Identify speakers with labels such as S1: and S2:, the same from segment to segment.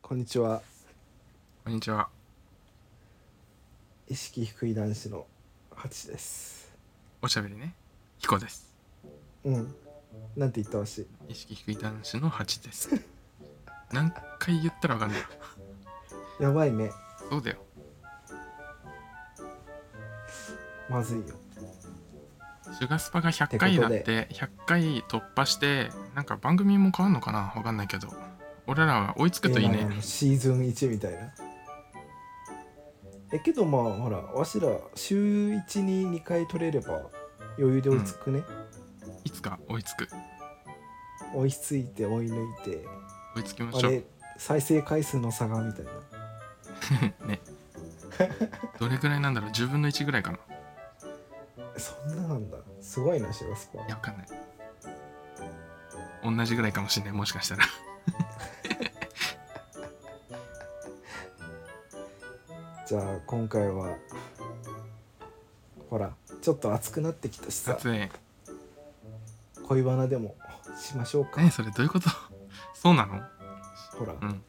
S1: こんにちは
S2: こんにちは。
S1: 意識低い男子のハチです
S2: おしゃべりね。ヒコです。
S1: うんなんて言ってほしい
S2: 意識低い男子のハチです。 何回言ったらわかんない。
S1: やばいね
S2: そうだよ。
S1: まずいよ
S2: シュガスパが100回だって、100回突破して、なんか番組も変わんのかなわかんないけど。俺らは追いつくといい
S1: えーなん
S2: ね。
S1: かシーズン1みたいなえけどまあほらわしら週1に2回取れれば余裕で追いつくね、
S2: いつか追いつく。
S1: 追いついて追い抜いて
S2: 追いつきま
S1: あ
S2: しょう
S1: れ。再生回数の差がみたいな
S2: ね。どれくらいなんだろう ?10 分の1ぐらいかな。い
S1: そんななんだすごいなシュガスパ
S2: や、わかんない。同じぐらいかもしれない。もしかしたら。
S1: じゃあ今回はほらちょっと熱くなってきたしさ
S2: 撮影。
S1: 恋バナでもしましょうか、
S2: ねそれどういうことそうなの
S1: ほら、
S2: うん。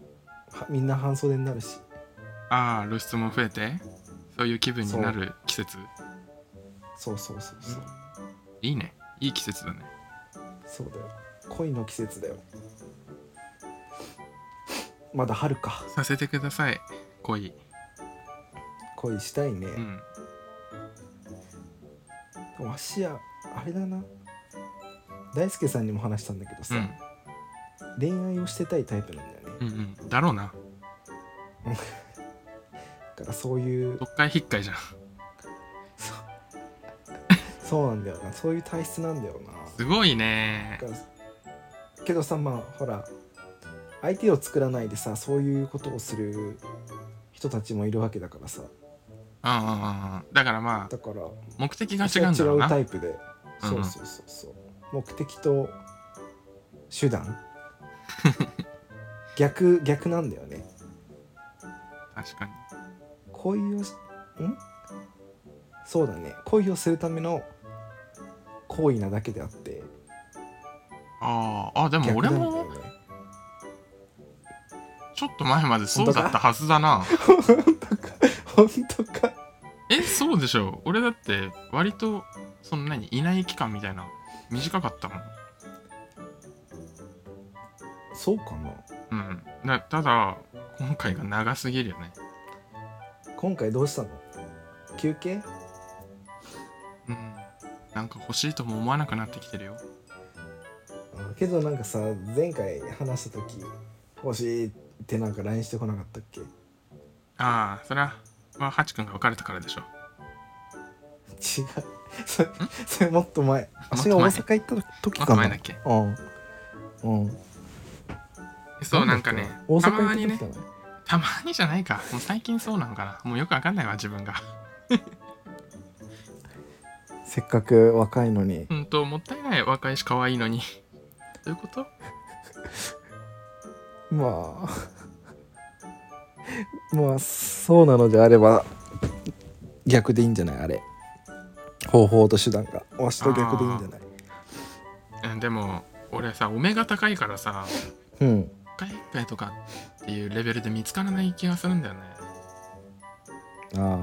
S1: はみんな半袖になるし
S2: ああ露出も増えてそういう気分になる季節
S1: そうそうそうそう、
S2: いいねいい季節だね
S1: そうだよ恋の季節だよまだ春か
S2: させてください恋
S1: 恋したいね、
S2: うん
S1: わしやあれだな大輔さんにも話したんだけど
S2: う
S1: さ、
S2: ん
S1: 恋愛をしてたいタイプなんだよね
S2: うんうんだろうな
S1: だからそういう
S2: どっかいひっかいじゃん
S1: そうなんだよなそういう体質なんだよ
S2: すごいね
S1: なだからけどさまあほら相手を作らないでさそういうことをする人たちもいるわけだからさ
S2: うんうんうんうんだからまあ
S1: だから
S2: 目的が違うんだろう
S1: 違うタ
S2: な
S1: イプで、
S2: うん
S1: そうそうそうそう目的と手 段逆逆なんだよね
S2: 確かに
S1: 恋をしんそうだね恋をするための行為なだけであって
S2: あーあでも
S1: 逆な
S2: 俺
S1: んだよ
S2: も
S1: ね
S2: ちょっと前までそうだったはずだな
S1: 本当か本当か
S2: えそうでしょ俺だって割とその何いない期間みたいな短かったもん
S1: そうかな
S2: うんなただ今回が長すぎるよね
S1: 今回どうしたの休憩
S2: うんなんか欲しいとも思わなくなってきてるよ
S1: うんけどなんかさ前回話した時欲しいってなんか LINE してこなかったっけ
S2: ああそれはハチ君が別れたからでしょ
S1: 違う それそれもっと前
S2: もっ
S1: 私
S2: と前
S1: が大阪行った時
S2: もっ
S1: か
S2: と
S1: な
S2: 前だっけ
S1: うんうん
S2: そうなんかね
S1: 大
S2: た
S1: 阪行
S2: ま
S1: った
S2: に
S1: 時
S2: ね
S1: だね
S2: たまにじゃないかもう最近そうなのかなもうよくわかんないわ自分が
S1: せっかく若いのに
S2: ほんともったいない若いし可愛いのにどういうこと
S1: まあ まあそうなのであれば逆でいいんじゃないあれ方法と手段がわしと逆でいいんじゃない
S2: うんでも俺さお目が高いからさ
S1: うん
S2: 一回一回とかっていうレベルで見つからない気がするんだよね
S1: あ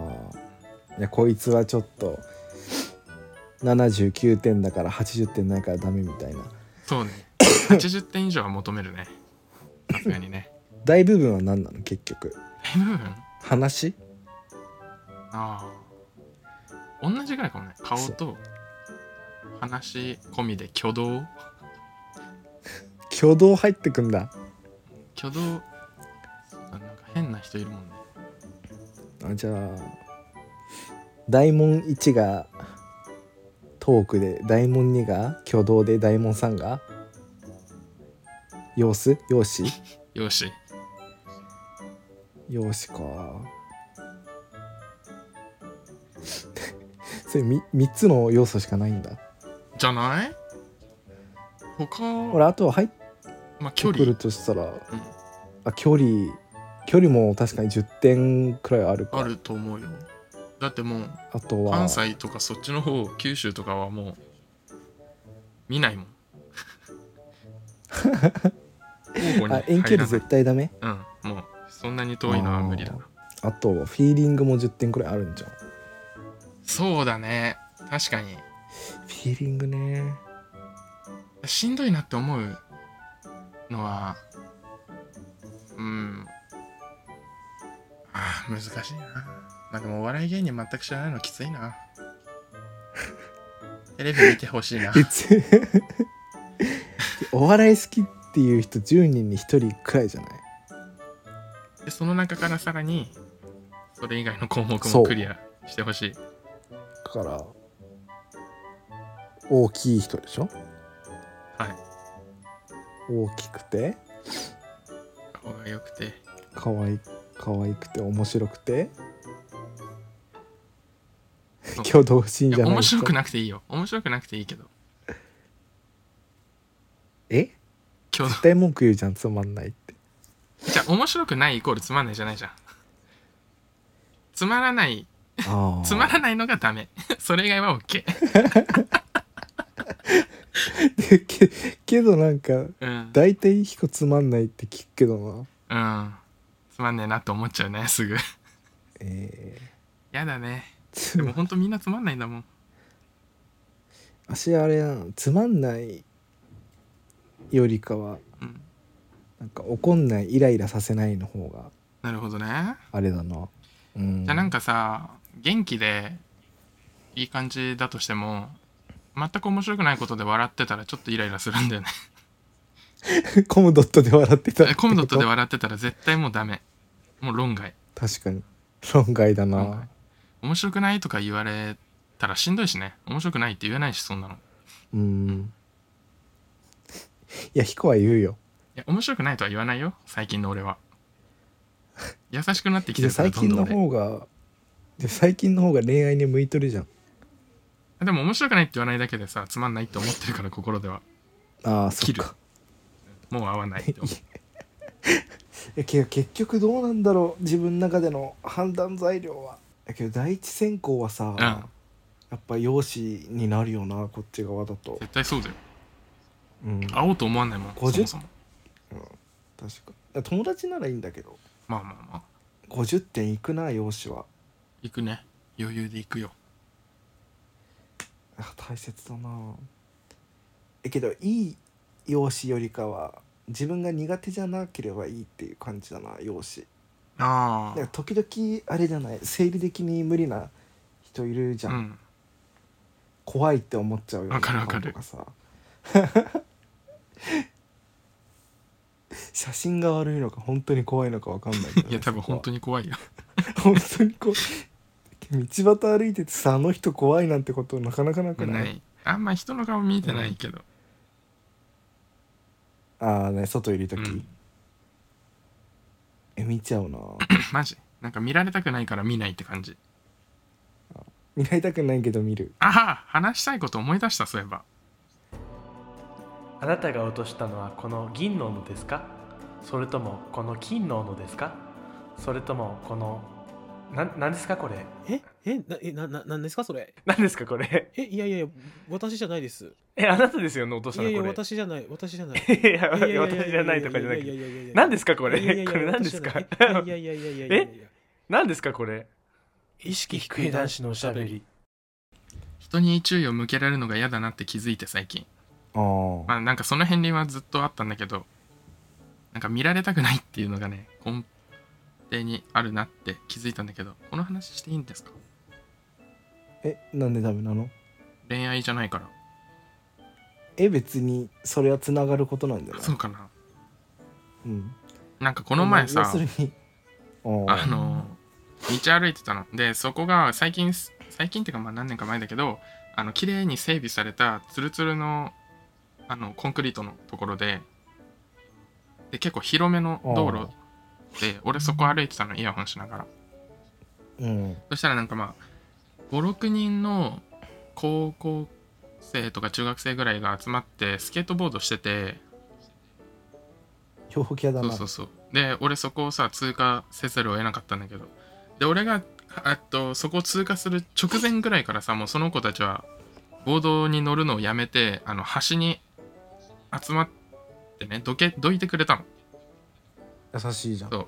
S1: あいやこいつはちょっと79点だから80点ないからダメみたいな
S2: そう ね80点以上は求めるねさすがに ね
S1: 大部分は何なの結局
S2: 大部分
S1: 話
S2: ああ同じぐらいかもね顔と話込みで挙動
S1: 挙動入ってくんだ
S2: 挙動あなんか変な人いるもんね
S1: あじゃあ大門1がトークで大門2が挙動で大門3が様子容姿
S2: よし
S1: 容姿か それ 3, 三つの要素しかないんだ
S2: じゃない他
S1: 俺あとは入って
S2: まあ距
S1: くる
S2: 離
S1: としたら、あ距離距離も確かに10点くらいあるか
S2: あると思うよだってもう
S1: あとは
S2: 関西とかそっちの方九州とかはもう見ないもん交互に入 ら
S1: あ
S2: ない
S1: 遠距離絶対ダメ
S2: うんもうそんなに遠いのは無理だな
S1: あーあとフィーリングも10点くらいあるんじゃんフ
S2: そうだね確かに
S1: ィーリングね
S2: しんどいなって思うのはうんあー難しいなまあでもお笑い芸人全く知らないのきつい なテレビ見てほしいな
S1: えつ お笑い好きっていう人10人に1人くらいじゃない
S2: でその中からさらにそれ以外の項目
S1: そ
S2: も
S1: う
S2: クリアしてほしい
S1: だから大きい人でしょ
S2: はい
S1: 大きくて
S2: 顔が良くて
S1: 可愛い可愛くて面白くて
S2: そう
S1: 挙動シーン
S2: い
S1: じ
S2: や
S1: ゃない
S2: 面白く
S1: い
S2: なくていいよ面白くなくていいけど
S1: え
S2: 今日
S1: 絶対文句言うじゃんつまんないって
S2: じゃあ面白くないイコールつまんないじゃないじゃんつまらない
S1: ああ
S2: つまらないのがダメそれ以外は OK
S1: で けけどなんか
S2: うん、
S1: 大体彦つまんないって聞くけどな
S2: うん、つまんねえなって思っちゃうねすぐ
S1: えー
S2: やだね
S1: つ
S2: でもほんとみんなつまんないんだもん
S1: 足あれやなつまんないよりかは
S2: うん
S1: なんか怒んないイライラさせないの方が
S2: なるほどね
S1: あれだなうん
S2: じゃあなん
S1: か
S2: かさ元気でいい感じだとしても全く面白くないことで笑ってたらちょっとイライラするん だよね
S1: コムドットで笑ってたってこと
S2: コムドットで笑ってたら絶対もうダメもう論外
S1: 確かに論外だ
S2: 論外
S1: な
S2: 面白くないとか言われたらしんどいしね面白くないって言えないしそんなのい
S1: うんいや彦は言うよ
S2: や面白くないとは言わないよ最近の俺 は優しくなってき
S1: いや
S2: てるから
S1: 最
S2: どん
S1: 近
S2: どん
S1: の
S2: 俺
S1: 方がで最近の方が恋愛に向いとるじゃん
S2: でも面白くないって言わないだけでさつまんないって思ってるから心では
S1: ああそ
S2: 切
S1: っ
S2: る
S1: か
S2: もう合わないって思う
S1: えけど結局どうなんだろう自分の中での判断材料はだけど第一選考はさ、
S2: ん
S1: やっぱ容姿になるよなこっち側だと、
S2: 絶対そうだよ
S1: うん、確か
S2: 会おうと思わないもんそも
S1: 50
S2: そも
S1: 友達ならいいんだけど
S2: まあまあまあ
S1: 50点いくな容姿は
S2: 行くね余裕で行くよ
S1: あ大切だなえけどいい容姿よりかは自分が苦手じゃなければいいっていう感じだな容姿
S2: あ
S1: なんか時々あれじゃない生理的に無理な人いるじ
S2: あ
S1: ゃ、
S2: うんん
S1: 怖いって思っちゃうよね
S2: わかるわかる
S1: ファンとさ 写真が悪いのか本当に怖いのかわかんないけどね
S2: いや多分
S1: そこは
S2: 本当に怖いよ
S1: 本当にこう道端歩いててさあの人怖いなんてことなかなかなくない
S2: ないあんま人の顔見てないけど、
S1: ああね外いる時、
S2: うん
S1: え見ちゃうな
S2: マジなんか見られたくないから見ないって感じ
S1: 見られたくないけど見る
S2: ああ話したいこと思い出したそういえば
S3: あなたが落としたのはこの銀の斧ですかそれともこの金の斧ですかそれともこのななんですかこれ
S4: ええな、え、な、な、なんですかそれ。
S3: なんですかこれ
S4: え、いやいやいや、私じゃないです。
S3: えあなたですよね落とし
S4: い
S3: た
S4: や
S3: の
S4: いや、
S3: これ
S4: 私じゃない、私じゃない。
S3: いやいや私じゃないとかじゃなくて
S4: て
S3: 何ですかこれ
S4: いやいやいや
S3: これ何ですか
S4: 私じゃないいやいやいやいやいやいやいや。
S3: 何ですかこれ
S4: 意識低い男子のおしゃべり。
S2: 人に注意を向けられるのが嫌だなって気づいて最近
S1: あー、
S2: まあなんかその辺りはずっとあったんだけどなんか見られたくないっていうのがね根底にあるなって気づいたんだけどこの話していいんですか
S1: えなんでダメなの
S2: 恋愛じゃないから
S1: え別にそれはつながることなんじゃない
S2: そうかな
S1: うん
S2: なんかこの前さ
S1: 要するにあー
S2: あの道歩いてたのでそこが最近す最近っていうかまあ何年か前だけどあの綺麗に整備されたツルツルのあのコンクリートのところでで結構広めの道路で俺そこ歩いてたのイヤホンしながら
S1: うん
S2: そしたらなんかまあ56人の高校生とか中学生ぐらいが集まってスケートボードしてて
S1: 強気屋だ
S2: そう
S1: な
S2: そうそうで俺そこをさ通過せざるを得なかったんだけどで俺があとそこを通過する直前ぐらいからさもうその子たちはボードに乗るのをやめてあの端に集まってねどけどいてくれたの
S1: 優しいじゃん
S2: そ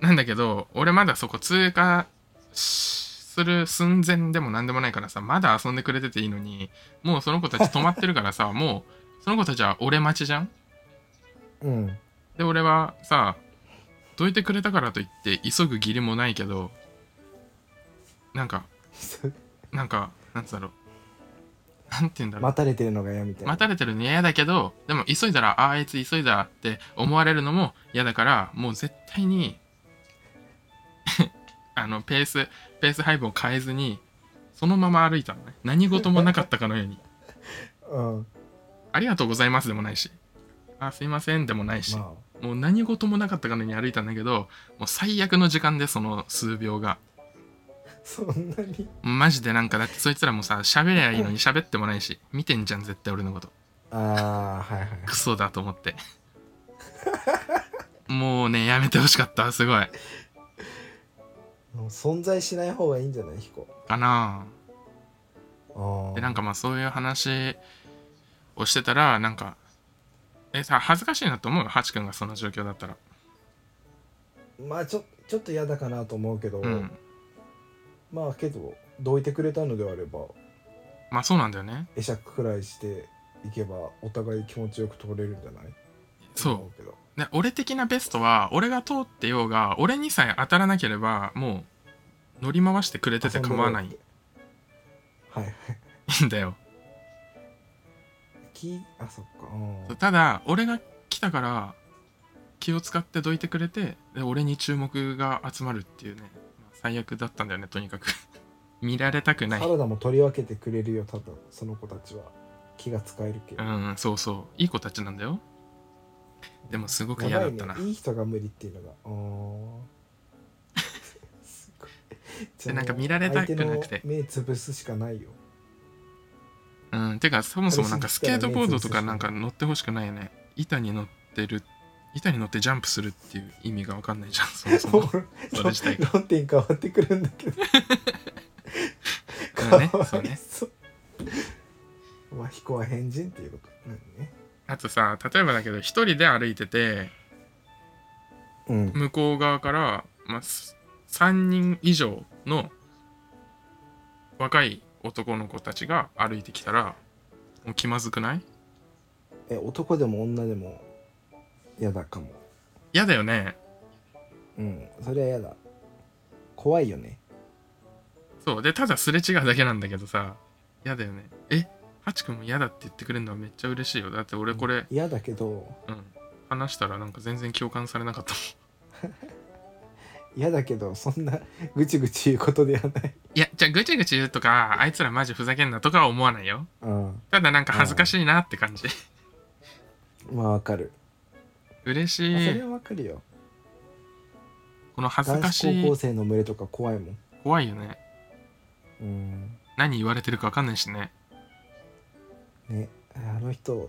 S2: うなんだけど俺まだそこ通過しする寸前でも何でもないからさまだ遊んでくれてていいのにもうその子たち止まってるからさもうその子たちは俺待ちじゃん
S1: うん
S2: で俺はさどいてくれたからといって急ぐ義理もないけどなんかなんかなんつうんだろうなんて言うんだろう
S1: 待たれてるのが嫌みたいな、
S2: 待たれてるの嫌だけどでも急いだらああいつ急いだって思われるのも嫌だからもう絶対に あのペースペース配分を変えずにそのまま歩いたのね何事もなかったかのように
S1: うん
S2: ありがとうございますでもないしあすいませんでもないし、
S1: ま
S2: もう何事もなかったかのように歩いたんだけどもう最悪の時間でその数秒が
S1: あそんなに
S2: マジでなんかだってそいつらもさ喋りゃいいのに喋ってもないし見てんじゃん絶対俺のこと
S1: ああはいはい
S2: クソだと思ってもうねやめてほしかったすごい
S1: もう存在しない方がいいんじゃない彦
S2: かな
S1: あ
S2: あ
S1: あ
S2: でなんかまあそういう話をしてたらなんかえさ恥ずかしいなと思うよハチ君がその状況だったら
S1: まあちょちょっと嫌だかなと思うけど、
S2: うん
S1: まあけどどいてくれたのであれば
S2: まあそうなんだよね
S1: 会釈くらいしていけばお互い気持ちよく通れるんじゃない
S2: そ
S1: 思うけど
S2: うで俺的なベストは俺が通ってようが俺にさえ当たらなければもう乗り回してくれてて構わない
S1: 遊んでもらってはいはい
S2: んだよ
S1: きあそっかうん
S2: ただ俺が来たから気を使ってどいてくれてで俺に注目が集まるっていうねまあ最悪だったんだよねとにかく 見られたくない
S1: サラダも取り分けてくれるよ多分その子たちは気が使えるけ
S2: う
S1: ど、
S2: んそうそういい子たちなんだよでもすごく嫌だ
S1: 長
S2: っ
S1: いね
S2: たな、
S1: いい人が無理っていうのがうん すごいじゃあ
S2: なんか見られたくなくて
S1: 相手の目つぶすしかないよ
S2: うんてかそもそもなんかスケートボードとかなんか
S1: あれ
S2: 乗ってほしくないよね板に乗ってる板に乗ってジャンプするっていう意味がわかんないじゃんそもそ
S1: も
S2: も
S1: う
S2: それ自体が
S1: 論点変わってくるんだけど
S2: うんね
S1: かわい
S2: そうね
S1: そうまあ彦は変人っていうことなのね
S2: あとさ例えばだけど一人で歩いてて
S1: うん
S2: 向こう側から、まあ、す3人以上の若い男の子たちが歩いてきたらもう気まずくない
S1: え男でも女でも嫌だかも
S2: 嫌だよね
S1: うんそれは嫌だ怖いよね
S2: そうでただすれ違うだけなんだけどさ嫌だよねえハチ君も嫌だって言ってくれるのはめっちゃ嬉しいよだって俺これ、
S1: 嫌だけど
S2: うん、話したらなんか全然共感されなかったもん
S1: 嫌だけどそんなぐちぐち言うことではない
S2: いやじゃあぐちぐち言うとかあいつらマジふざけんなとかは思わないよ
S1: うん
S2: ただなんか恥ずかしいなって感じ
S1: まあわかる、
S2: 嬉
S1: まあそ
S2: し
S1: れ
S2: い
S1: はわかるよ
S2: この恥ず
S1: 男
S2: か
S1: 子
S2: し
S1: 高
S2: い
S1: 校生の群れとか怖いもん
S2: 怖いよね
S1: うん
S2: 何言われてるか分かんないしね
S1: ねあの人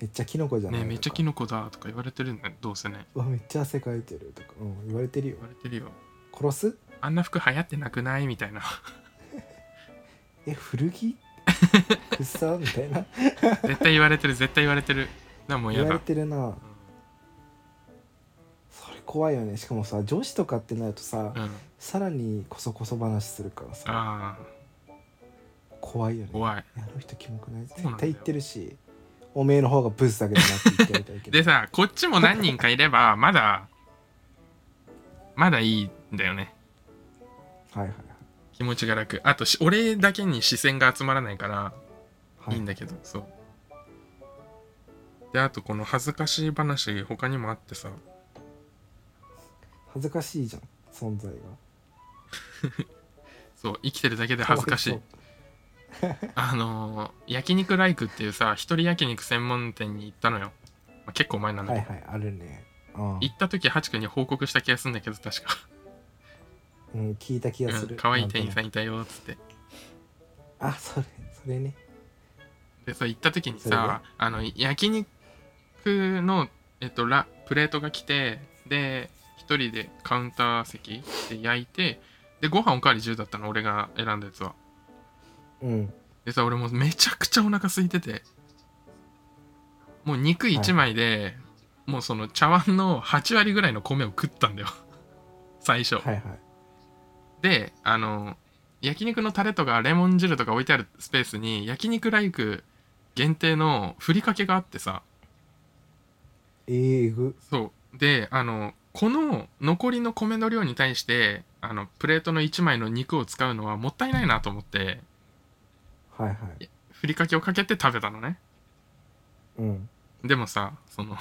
S1: めっちゃキノコじゃない
S2: ね
S1: とか
S2: めっちゃキノコだとか言われてるんだよどうせね
S1: うわめっちゃ汗かいてるとか、うん、言われてるよ
S2: 言われてるよ
S1: 殺す
S2: あんな服流行ってなくないみたいな
S1: え古着くっさみたいな
S2: 絶対言われてる絶対言われてるだからもう
S1: 言
S2: や
S1: わ
S2: だ
S1: れてるなそれ怖いよねしかもさ女子とかってなるとさ、
S2: うん、うん、
S1: さらにこそこそ話するからさ
S2: あ
S1: 怖いよ
S2: ー
S1: ね
S2: 怖い
S1: いやあの人キモくない
S2: そうな
S1: 絶
S2: んだ
S1: 対
S2: よ
S1: 言ってるしおめえの方がブスだけどなって言ってやりたいけど
S2: でさこっちも何人かいれば まだまだいいんだよね
S1: はいはい
S2: 気持ちが楽あとし俺だけに視線が集まらないから
S1: はい
S2: いいんだけど、そうであとこの恥ずかしい話他にもあってさ
S1: 恥ずかしいじゃん存在が
S2: そう生きてるだけで恥ずかしい
S1: わ
S2: あのー焼肉ライクっていうさ一人焼肉専門店に行ったのよ、まあ、結構前なん
S1: そう
S2: だ
S1: は
S2: け
S1: い
S2: ど、
S1: はいあるねうん
S2: 行った時ハチ君に報告した気がするんだけど確か
S1: うん、聞いた気がす
S2: う
S1: る
S2: ん可愛い店員さ
S1: ん
S2: んいたよっつって
S1: あそれそれね
S2: でそう行った時に
S1: それで
S2: さあの焼肉の、えっと、ラプレートが来てで一人でカウンター席で焼いてでご飯おかわり自由だったの俺が選んだやつは
S1: うん
S2: でさ俺もうめちゃくちゃお腹空いててもう肉1枚で、もうその茶碗の8割ぐらいの米を食ったんだよ 最初、
S1: はいはい
S2: であの焼肉のタレとかレモン汁とか置いてあるスペースに焼肉ライク限定のふりかけがあってさ
S1: えー、えぐ
S2: そうであのこの残りの米の量に対してあのプレートの1枚の肉を使うのはもったいないなと思って
S1: はいはい
S2: ふりかけをかけて食べたのね
S1: うん
S2: でもさその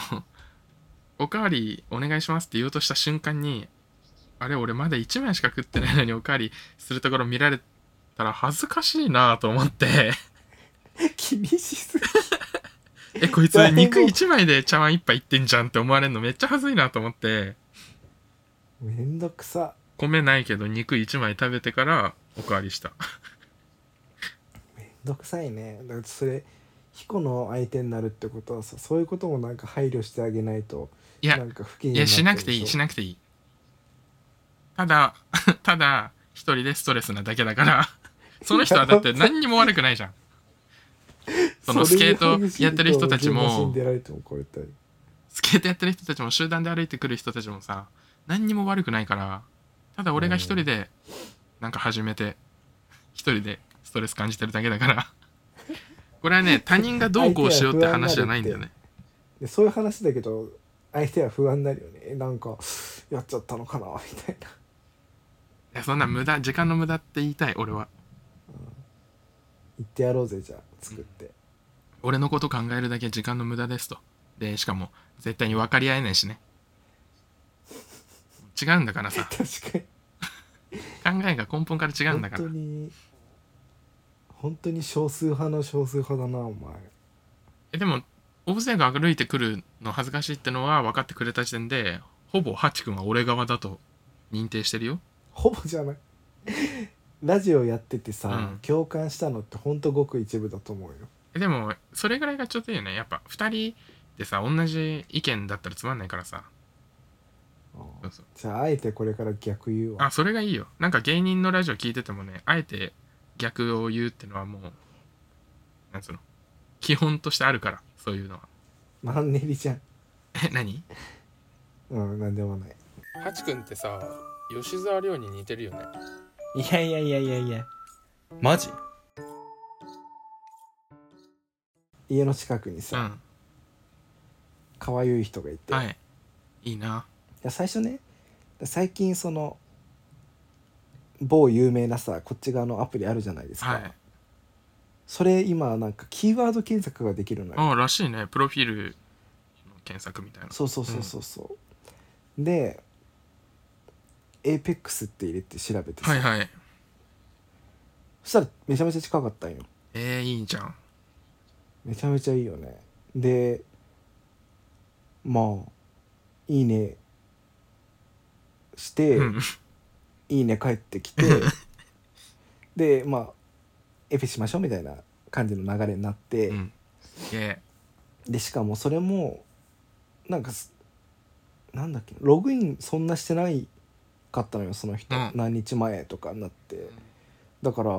S2: おかわりお願いしますって言おうとした瞬間にあれ俺まだ1枚しか食ってないのにおかわりするところ見られたら恥ずかしいなと思って
S1: 厳しすぎ
S2: えこいつ
S1: いやほんと
S2: 肉1枚で茶碗1杯いってんじゃんって思われるのめっちゃ恥ずいなと思って
S1: めんどくさ
S2: 米ないけど肉1枚食べてからおかわりした
S1: めんどくさいねだからそれ彦の相手になるってことはさそういうこともなんか配慮してあげないと
S2: いや
S1: なんか不機嫌
S2: いやしなくていいし
S1: な
S2: なくていいただ ただ一人でストレスなだけだからその人はだって何にも悪くないじゃんそのスケートやってる人たち
S1: 死ん
S2: も
S1: でられてもこれたり
S2: スケートやってる人たちも集団で歩いてくる人たちもさ何にも悪くないからただ俺が一人でなんか始めて一人でストレス感じてるだけだからこれはね他人がどうこうしようって話じゃないんだよね
S1: でそういう話だけど相手は不安になるよねえなんかやっちゃったのかなみたいない
S2: やそんな無駄時間の無駄って言いたい俺は
S1: 言ってやろうぜじゃあ作って、
S2: 俺のこと考えるだけ時間の無駄ですとでしかも絶対に分かり合えないしね違うんだからさ
S1: 確かに
S2: 考えが根本から違うん
S1: 本
S2: だか
S1: 当
S2: ら
S1: に本当に少数派の少数派だなお前
S2: えでも大勢が歩いてくるの恥ずかしいってのは分かってくれた時点でほぼハチ君は俺側だと認定してるよ
S1: ほぼじゃないラジオやっててさ、
S2: うん
S1: 共感したのってほんとごく一部だと思うよ
S2: えでもそれぐらいがちょうどいいよねやっぱ2人でさ同じ意見だったらつまんないからさ
S1: うん
S2: そうそう
S1: じゃああえてこれから逆言うわ
S2: あそれがいいよなんか芸人のラジオ聞いててもねあえて逆を言うってのはもうなんつうの基本としてあるからそういうのは
S1: マンネリじゃん
S2: え何
S1: うんなんでもない
S2: ハチ君ってさ吉沢亮に似てるよね
S4: いやいやいやいやいやマジ
S1: 家の近くに
S2: う
S1: さ、
S2: ん
S1: かわゆい人がいて、
S2: はいいいいな
S1: や最初ね最近その某有名なさこっち側のアプリあるじゃないですか、
S2: はい
S1: それ今なんかキーワード検索ができるのよ
S2: ああらしいねプロフィールの検索みたいな
S1: そうそうそうそうそう、で「エーペックスって入れて調べてさ、
S2: はいはい
S1: そしたらめちゃめちゃ近かったんよ
S2: えー、いいじゃん
S1: めちゃめちゃいいよねでまあ「いいね」して「
S2: うん
S1: いいね」返って きてでまあエペしましょうみたいな感じの流れになって、
S2: うんすげえ
S1: でしかもそれもなんかすなんだっけログインそんなしてないかったのよその人、
S2: うん
S1: 何日前とかになってだから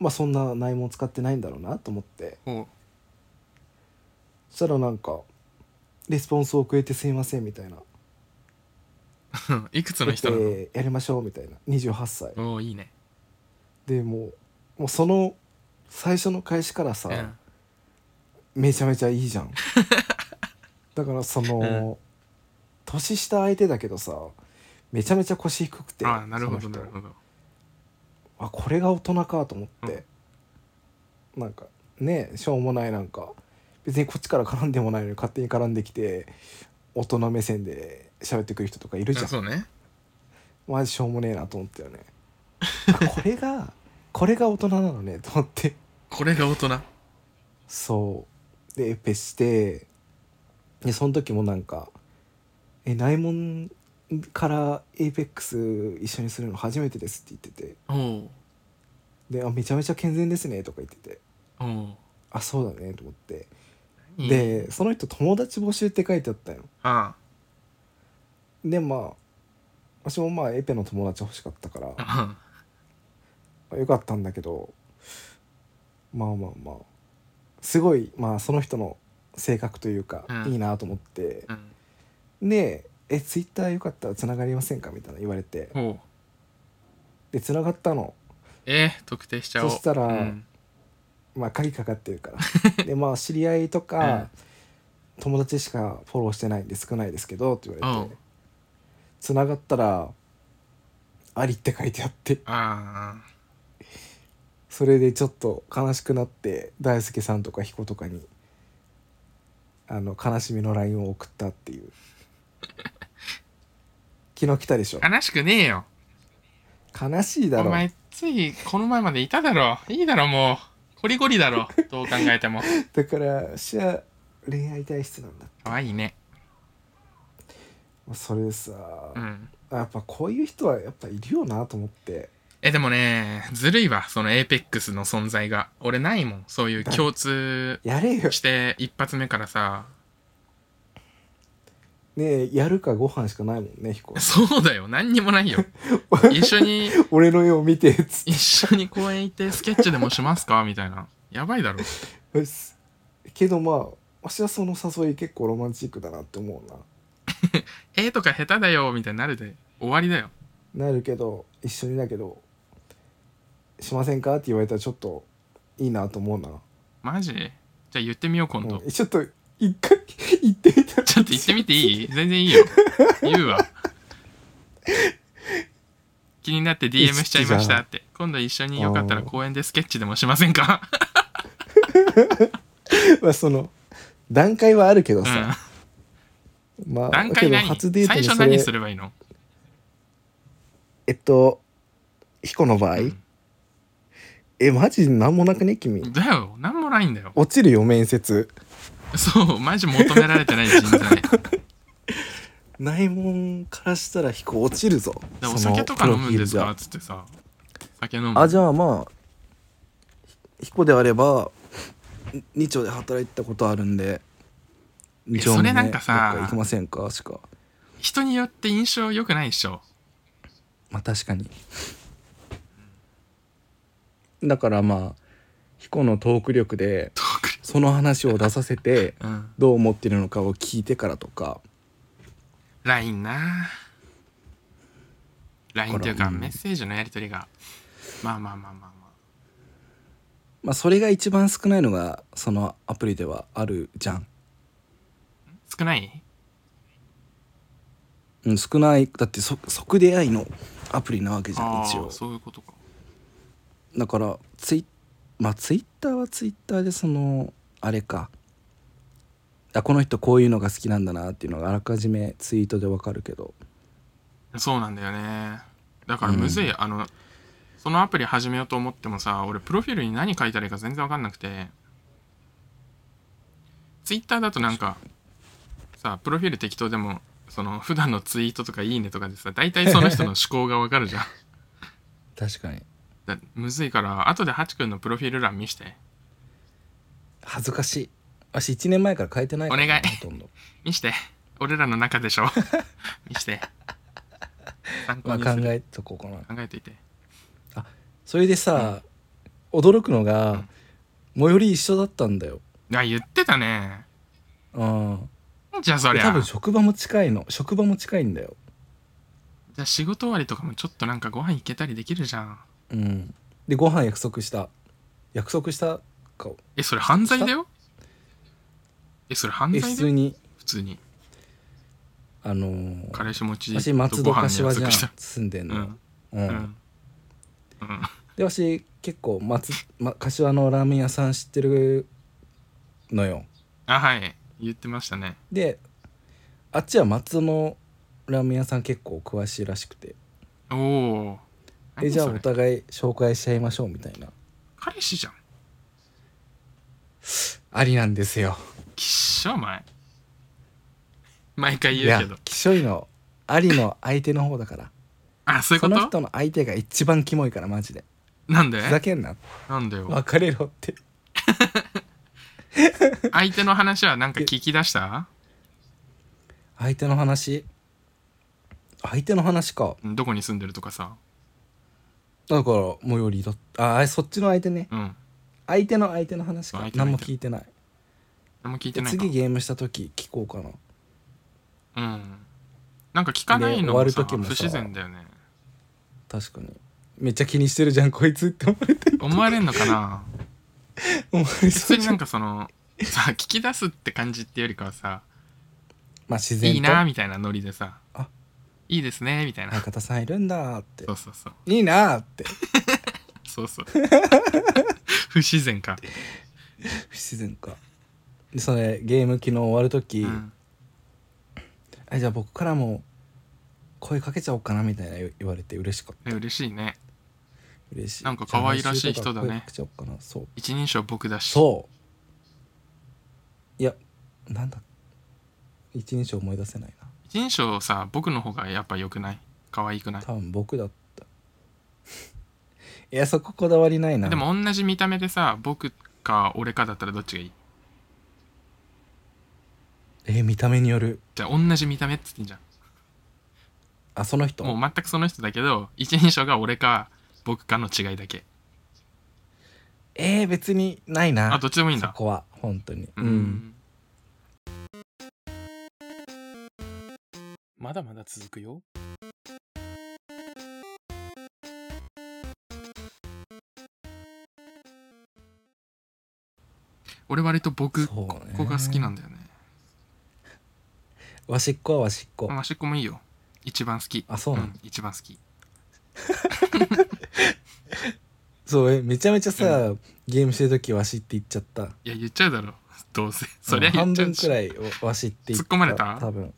S1: まあそんな内も使ってないんだろうなと思って
S2: ほ
S1: そしたらなんか「レスポンス遅れてすいません」みたいな
S2: う いく
S1: 「
S2: つの人なの
S1: えーやりましょう」みたいな28歳
S2: おおいいね
S1: でもうもうその最初の開始からさ、
S2: うん
S1: めちゃめちゃいいじゃ んだからその、年下相手だけどさめちゃめちゃ腰低くて
S2: ああなるほど
S1: その
S2: な
S1: 人
S2: るほど
S1: あこれが大人かと思って、なんかねしょうもないなんか別にこっちから絡んでもないのに勝手に絡んできて大人目線で喋ってくる人とかいるじゃ
S2: あ
S1: ん
S2: そうね
S1: マジしょうもねえなと思ったよねあこれがこれが大人なのねと思って
S2: これが大人
S1: そうでエペしてでその時もなんか「え内門からエイペックス一緒にするの初めてです」って言ってて
S2: おお
S1: 「であめちゃめちゃ健全ですね」とか言ってて
S2: おお
S1: 「あそうだね」と思って
S2: いいね
S1: でその人「友達募集」って書いてあったよ
S2: あ
S1: でまあ私もまあエペの友達欲しかったから
S2: ああ
S1: よかったんだけどまあまあまあすごいまあその人の性格というか、
S2: うん
S1: いいなと思って
S2: あうん
S1: でえツイッターよかったらつながりませんか?」みたいな言われて
S2: ほう
S1: でつながったの
S2: えー、特定しちゃおう
S1: そしたら
S2: うん
S1: まあ鍵かかってるからでまあ知り合いとか、友達しかフォローしてないんで少ないですけどって言われ
S2: う
S1: て
S2: ん
S1: つながったら「あり」って書いてあって
S2: ああ
S1: それでちょっと悲しくなって大輔さんとか彦とかにあの悲しみの LINE を送ったって いう昨日来たでしょ
S2: 悲しくねえよ
S1: 悲しいだ
S2: お
S1: ろ
S2: 前ついこの前までいただろいいだろもうコリコリだろどう考えても
S1: だから私は恋愛体質なんだ
S2: 可愛いね
S1: それさ、
S2: うん
S1: やっぱこういう人はやっぱいるよなと思って
S2: えでもねずるいわそのエーペックスの存在が俺ないもんそういう共通
S1: やれよ
S2: して一発目からさ
S1: ねえやるかご飯しかないもんね彦
S2: そうだよ何にもないよ一緒に
S1: 俺の絵を見てつ
S2: 一緒に公園行ってスケッチでもしますかみたいなやばいだろ
S1: よしけどまあわしはその誘い結構ロマンチックだなって思うな
S2: 絵とか下手だよみたいになるで終わりだよ
S1: なるけど一緒にだけどしませんかって言われたらちょっといいなと思うな、
S2: マジじゃあ言ってみよう今度、
S1: うん、ちょっと一回 行ってみたら
S2: ちょっと行ってみていい全然いいよ言うわ気になって DM しちゃいましたって今度一緒によかったら公園でスケッチでもしませんか
S1: まあその段階はあるけど
S2: う
S1: さ、
S2: ん
S1: まあ
S2: 段
S1: け
S2: 階
S1: ど
S2: 何
S1: 初デート
S2: 最
S1: に
S2: 初
S1: それ
S2: 何すればいいの
S1: えっと彦の場合、
S2: うん
S1: えマジなんもなくね君、
S2: だよ何もないんだよ
S1: 落ちるよ面接
S2: そうマジ求められてない人材だ か
S1: 内門からしたら彦落ちるぞ
S2: ら
S1: そ
S2: お酒とか飲むんです
S1: プ
S2: か
S1: ロ
S2: っ
S1: フィール
S2: つってさ酒飲む
S1: じゃあじゃあまあひ彦であればに二丁で働いてたことあるんで二丁目ね
S2: それなんかさ
S1: どっ行きませんかしか
S2: 人によって印象良くないっしょ
S1: まあ確かにだからまあ彦のトーク力で
S2: トーク
S1: その話を出させて
S2: うん
S1: どう思ってるのかを聞いてからとか
S2: LINE な LINE という
S1: ほ
S2: から
S1: うん
S2: メッセージのやり取りがまあまあまあまあまあ
S1: まあそれが一番少ないのがそのアプリではあるじゃん
S2: 少ない
S1: うん、少ないだって即即出会いのアプリなわけじゃん
S2: あ
S1: 一応
S2: あそういうことか
S1: だからツイ,、まあ、ツイッターはツイッターでそのあれかあこの人こういうのが好きなんだなっていうのがあらかじめツイートでわかるけど
S2: そうなんだよねだからむずい、あのそのアプリ始めようと思ってもさ俺プロフィールに何書いたらいいか全然わかんなくて Twitter だとなんかさプロフィール適当でもその普段のツイートとかいいねとかでさ大体その人の思考がわかる じゃん
S1: 確かに
S2: だむずいから後でハチ君のプロフィール欄見して
S1: 恥ずかしい私1年前から変えてないからな
S2: お願い
S1: ほと んど
S2: 見して俺らの中で しょ見して参考
S1: まあ
S2: に
S1: 考
S2: する、
S1: えとこうかな
S2: 考えといて
S1: それでさ、驚くのが、
S2: うん
S1: 最寄り一緒だったんだよ
S2: あ言ってたね
S1: うん
S2: じゃあそ
S1: で
S2: りゃ
S1: 多分職場も近いの職場も近いんだよ
S2: じゃあ仕事終わりとかもちょっとなんかご飯行けたりできるじゃん
S1: うんでご飯約束した約束したか
S2: えそれ犯罪だよえそれ犯
S1: え
S2: 罪
S1: 普
S2: だ
S1: 通
S2: よ
S1: に
S2: 普通に
S1: あのー
S2: 彼氏持ち
S1: 私松戸柏
S2: 約
S1: じゃ
S2: 束
S1: ん
S2: した
S1: 住んでん
S2: う
S1: の、
S2: ん
S1: うん
S2: うんうん
S1: で私結構松、ま、柏のラーメン屋さん知ってるのよ
S2: あはい言ってましたね
S1: であっちは松戸のラーメン屋さん結構詳しいらしくて
S2: おお
S1: でじゃあお
S2: た
S1: 互い紹介しちゃいましょうみたいな
S2: 彼氏じゃん
S1: ありなんですよ
S2: きっしょお前毎回
S1: い
S2: 言う
S1: や
S2: けど
S1: きしょいのありの相手の方だから
S2: あそういう
S1: そ
S2: こ
S1: の
S2: と
S1: 人の相手が一番キモいからマジで
S2: なんで
S1: ふざけんな
S2: なんだよ
S1: 別れろって
S2: 相手の話はなんか聞き出した
S1: 相手の話相手の話か
S2: うんどこに住んでるとかさ
S1: だから最寄りだああそっちの相手ね
S2: うん
S1: 相手の相手の話か
S2: 相手の相手
S1: 何も聞いてない
S2: 何も聞いて
S1: で
S2: ないか
S1: 次ゲームした時聞こうかな
S2: うんなんか聞かないのも
S1: で終
S2: さ
S1: わる時も
S2: 不
S1: さ
S2: 自然だよね
S1: 確かにめっちゃ気にしてるじゃんこいつって思われてる
S2: 思われんの かな
S1: 思われ
S2: 普
S1: そ
S2: 通
S1: う
S2: に
S1: じゃ
S2: なん
S1: ん
S2: かそのさ聞き出すって感じっていうよりかはさ
S1: まあ自然と
S2: いいなーみたいなノリでさ
S1: あ
S2: いいですねーみたいな
S1: 中田さんいるんだーって
S2: そうそうそう
S1: いいなーって
S2: そうそう 不自然か、
S1: 不自然かでそれゲーム昨日終わる時、
S2: うん、
S1: あじゃあ僕からも声かけちゃおうかなみたいな言言われて嬉しかった
S2: え嬉しいね
S1: 嬉しい
S2: なんか可愛らしい人だね
S1: じゃあ来週とか声かけちゃおうかなそう
S2: 一人称僕だし
S1: そういやなんだ一人称思い出せないな
S2: 一人称さ僕の方がやっぱ良くない可愛くない
S1: 多分僕だった いやそここだわりないな
S2: でも同じ見た目でさ僕か俺かだったらどっちがいい
S1: えー見た目による
S2: じゃあ同じ見た目っつってんじゃん
S1: あその人
S2: もう全くその人だけど一人称が俺か僕かの違いだけ
S1: えー、別にないな
S2: あどっちでもいいん
S1: そ
S2: だ
S1: こは本当に
S2: まだまだ続くよ俺割と僕
S1: そう
S2: こ
S1: ね
S2: こが好きなんだよね
S1: わしっこはわしっこ、
S2: まあ端っこもいいよ一番好き
S1: あそうなんだ
S2: ん一番好き
S1: そうえめちゃめちゃさ、ゲームしてる時わしって言っちゃった
S2: いや言っちゃうだろどうせそりゃ言
S1: 半
S2: っちゃう
S1: 分
S2: でし
S1: く
S2: ょ
S1: らいわわしって言った
S2: 突っ込まれた
S1: 多分い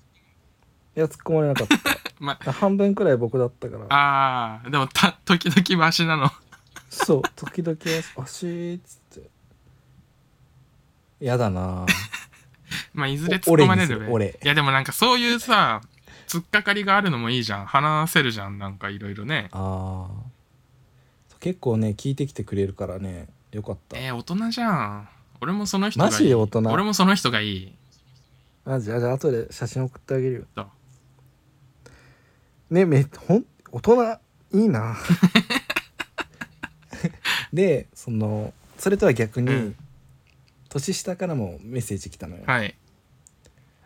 S1: や突っ込まれなかった
S2: ま
S1: 半分くらい僕だったから
S2: あーでもた時々マシなの
S1: そう時々わわしーっつってやだなぁ
S2: まあいずれ
S1: お
S2: 突っ込まれる
S1: 俺にす
S2: べ
S1: る俺
S2: いやでもなんかそういうさ突っかかりがあるのもいいじゃん話せるじゃんなんかいろいろね
S1: あー結構ね聞いてきてくれるからねよかった
S2: えー、大人じゃん俺もその人がいい
S1: マジで大人
S2: 俺もその人がいい
S1: あじゃあじゃあ後で写真送ってあげるよ
S2: ど
S1: ねめほん大人いい なでそのそれとは逆に、
S2: うん
S1: 年下からもメッセージ来たのよ、
S2: はい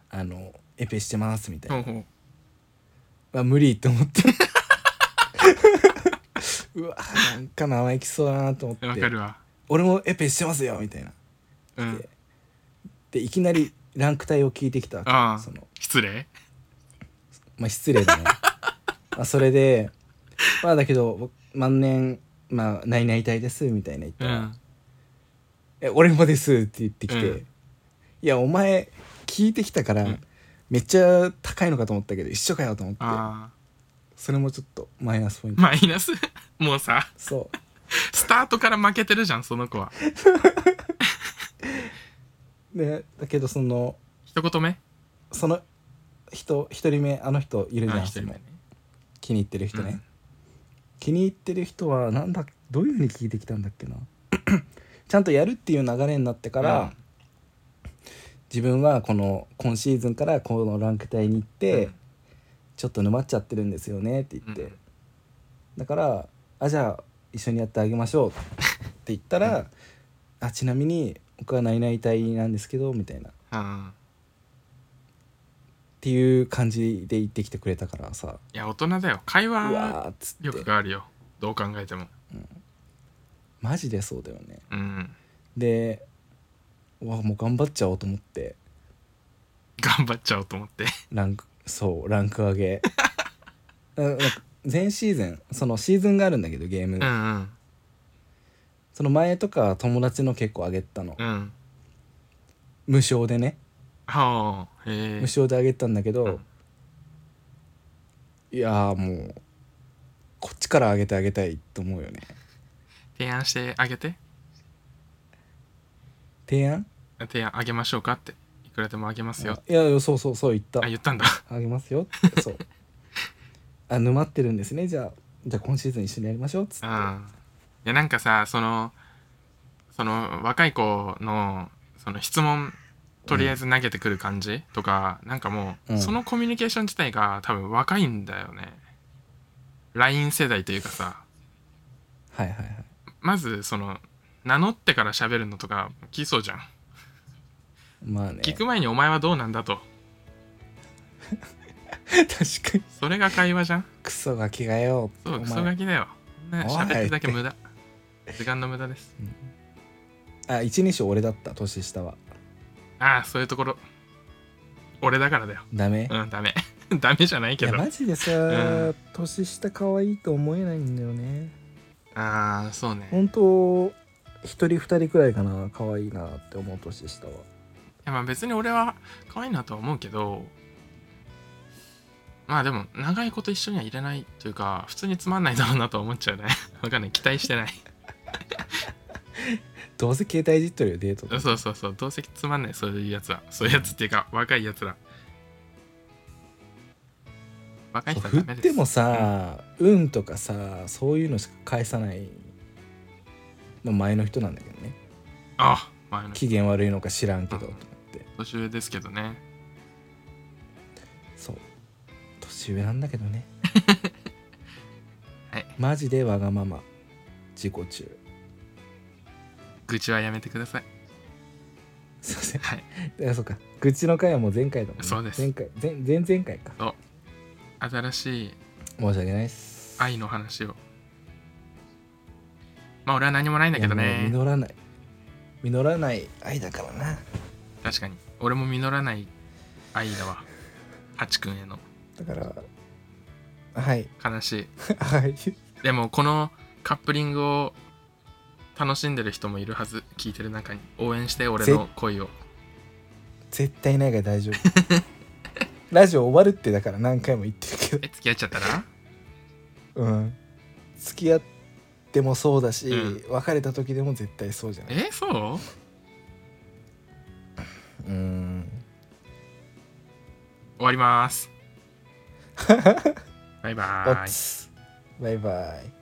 S1: あのエペしてますみたいな、
S2: ほうほう
S1: まあ、無理って思って うわなんか生意気そうだなと思
S2: え
S1: っ
S2: わ
S1: て
S2: かるわ
S1: 俺もエペしてますよみたいな
S2: うん
S1: でいきなりランク帯を聞いてきたわけ
S2: ああ
S1: その
S2: 失礼
S1: まあ失礼だね まあそれでまあだけど僕万年まあ「ないない隊です」みたいな言っ
S2: う
S1: たら「
S2: ん
S1: え俺もです」って言ってきて「
S2: うん
S1: いやお前聞いてきたから、
S2: うん
S1: めっちゃ高いのかと思ったけど一緒かよ」と思って
S2: ああ
S1: それもちょっとマイナスポイン ト、
S2: マイナスもうさ
S1: そう
S2: スタートから負けてるじゃんその子は
S1: でだけどその
S2: 一言目
S1: その人一人目あの人いるじゃ
S2: あ
S1: ん
S2: 一
S1: そ
S2: 人
S1: の
S2: 目ね
S1: 気に入ってる人ね、
S2: うん
S1: 気に入ってる人はなんだどういうふうに聞いてきたんだっけな ちゃんとやるっていう流れになってから、
S2: うん
S1: 自分はこの今シーズンからこのランク帯に行って、
S2: うん
S1: ちょっと沼っちゃってるんですよねって言って、
S2: うん
S1: だからあじゃあ一緒にやってあげましょうって言ったら、あちなみに僕は何々隊なんですけどみたいなっ
S2: うん
S1: ていう感じで言ってきてくれたからさ
S2: いや大人だよ会
S1: う
S2: 話
S1: わーっつっ
S2: 力
S1: て
S2: があるよどう考えても
S1: マジでそうだよね
S2: うん
S1: でうわもう頑張っちゃおうと思って
S2: 頑張っちゃおうと思って
S1: ランクそうランク上げ あなんか前シーズンそのシーズンがあるんだけどゲーム、
S2: うんうん
S1: その前とか友達の結構上げたの、
S2: うん
S1: 無償でね
S2: はあへえ
S1: 無償で上げたんだけど、
S2: うん
S1: いやーもうこっちから上げてあげたいと思うよね
S2: 提案してあげて
S1: 提案
S2: 提案あげましょうかっていくらでもあげますよ
S1: いやそうそうそう言った
S2: あ言ったんだ
S1: あげますよってそう あ沼ってるんですねじゃあじゃあ今シーズン一緒にやりましょうっつっ
S2: う
S1: て
S2: んいやなんかさそのその若い子のその質問とりあえず投げてくる感じとか、なんかもう、
S1: うん
S2: そのコミュニケーション自体が多分若いんだよね LINE 世代というかさ
S1: はいはいはい
S2: まずその名乗ってから喋るのとか聞きそうじゃん
S1: まあね
S2: 聞く前にお前はどうなんだと
S4: 確かに
S2: それが会話じゃん
S1: クソガキがよ
S2: そ
S1: お
S2: う
S1: 前
S2: クソガキだよね
S1: おい
S2: 喋ってるだけ無駄時間の無駄です
S1: あ一人称俺だった年下は
S2: ああそういうところ俺だからだよ
S1: ダメ、
S2: うんダメ ダメじゃない
S1: い
S2: け
S1: や
S2: ど
S1: マジでさ、
S2: うん
S1: 年下可愛いと思えないんだよね
S2: ああそうねい
S1: 本当一人二人くらいかな可愛いなって思う年下は
S2: やまあ別に俺は可愛いなとは思うけどまあでも長いこと一緒にはいれないというか普通につまんないだろうなとは思っちゃうね わかんない期待してない
S1: どうせ携帯いじっとるよデートで
S2: そうそうそうどうせつまんないそういうやつはそういうやつっていうか若いやつら若い人は
S1: 振
S2: ダ
S1: っ
S2: メです
S1: てもさ、運とかさそういうのしか返さない、まあ、前の人なんだけどね
S2: あ前の人
S1: 機嫌悪いのか知らんけどと
S2: うん
S1: 思って
S2: 年上ですけどね
S1: そう年上なんだけどね
S2: はい
S1: マジでわがまま自己中
S2: 愚痴はやめてください
S1: すいません
S2: はい
S1: いやそうか愚痴の回はもう前回だもんね
S2: そうです
S1: 前回前前々回か
S2: 新しい
S1: 申し訳ないっす
S2: 愛の話をまあ俺は何もないんだけど
S1: いや
S2: ね
S1: もう実らない実らない愛だからな
S2: 確かに俺も実らない愛だわハチ君への
S1: だからはい
S2: 悲しい
S1: はい
S2: でもこのカップリングを楽しんでる人もいるはず聞いてる中に応援して俺の恋を
S1: 絶対ないから大丈夫 ラジオ終わるってだから何回も言ってるけど
S2: え付き合っちゃったら
S1: うん付き合ってもそうだし、
S2: う
S1: 別れた時でも絶対そうじゃない
S2: えそ
S1: う
S2: う
S1: ーん
S2: 終わりますバイバ
S1: お
S2: ーイ
S1: つバイバイ